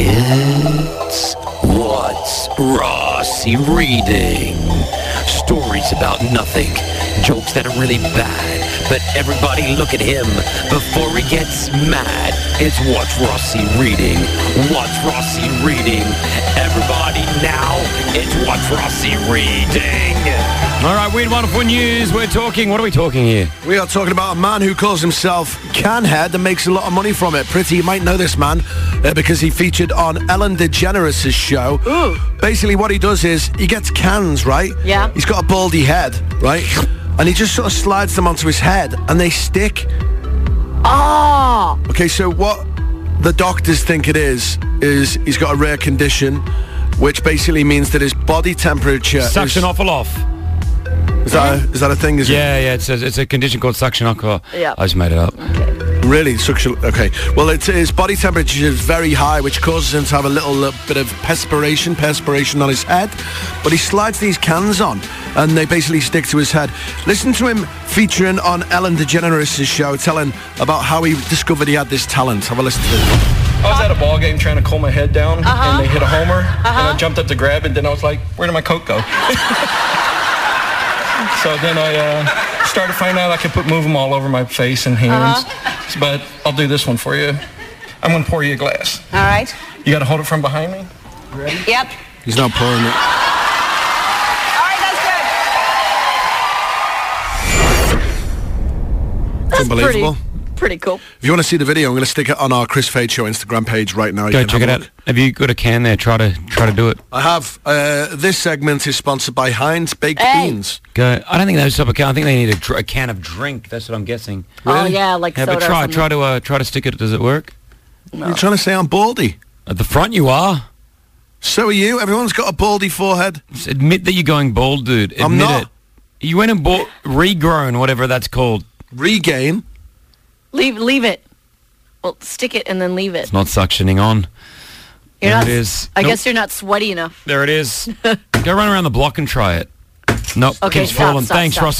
It's What's Rossi Reading? Stories about nothing, jokes that are really bad, but everybody look at him before he gets mad. It's What's Rossi Reading? What's Rossi Reading? Everybody now, it's What's Rossi Reading? All right, weird, wonderful news. We're talking. What are we talking here? We are talking about a man who calls himself Canhead and makes a lot of money from it. Pretty, you might know this man uh, because he featured on Ellen DeGeneres' show. Basically, what he does is he gets cans, right? Yeah. He's got a baldy head, right? And he just sort of slides them onto his head and they stick. Oh, Okay, so what the doctors think it is, is he's got a rare condition, which basically means that his body temperature Suction is, awful off. Is that, a, is that a thing? Is it? Yeah, yeah. It's a, it's a condition called suction alcohol. Yeah. I just made it up. Really? Suction? Okay. Well, it's, his body temperature is very high, which causes him to have a little uh, bit of perspiration, perspiration on his head. But he slides these cans on, and they basically stick to his head. Listen to him featuring on Ellen DeGeneres' show, telling about how he discovered he had this talent. Have a listen to this. I was at a ball game trying to cool my head down, and they hit a homer, and I jumped up to grab it. Then I was like, "Where did my coat go?" so then I uh, started finding out I could put move them all over my face and hands. But I'll do this one for you. I'm gonna pour you a glass. all right. You gotta hold it from behind me. Yep. He's now pouring it. All right, that's It's good. Pretty, unbelievable. pretty cool. If you want to see the video, I'm going to stick it on our Chris Fade Show Instagram page right now. You Go can check have it a out. look. Have you got a can there? Try to try to do it. I have. Uh, this segment is sponsored by Heinz Baked Hey. Beans. Go. I don't think those type of can. I think they need a, dr- a can of drink. That's what I'm guessing. Oh, Really? yeah, like yeah, soda But or try something. try to uh, try to stick it. Does it work? You're trying to say I'm baldy. At the front, you are. So are you. Everyone's got a baldy forehead. Just admit that you're going bald, dude. Admit I'm not. it. You went and bought regrown, whatever that's called. Regain. Leave, leave it. Well, stick it and then leave it. It's not suctioning on. You're there not- it is. I Nope. guess you're not sweaty enough. There it is. Go run around the block and try it. Nope, Okay, keeps stop, falling. stop, Thanks, stop, Rossi. stop.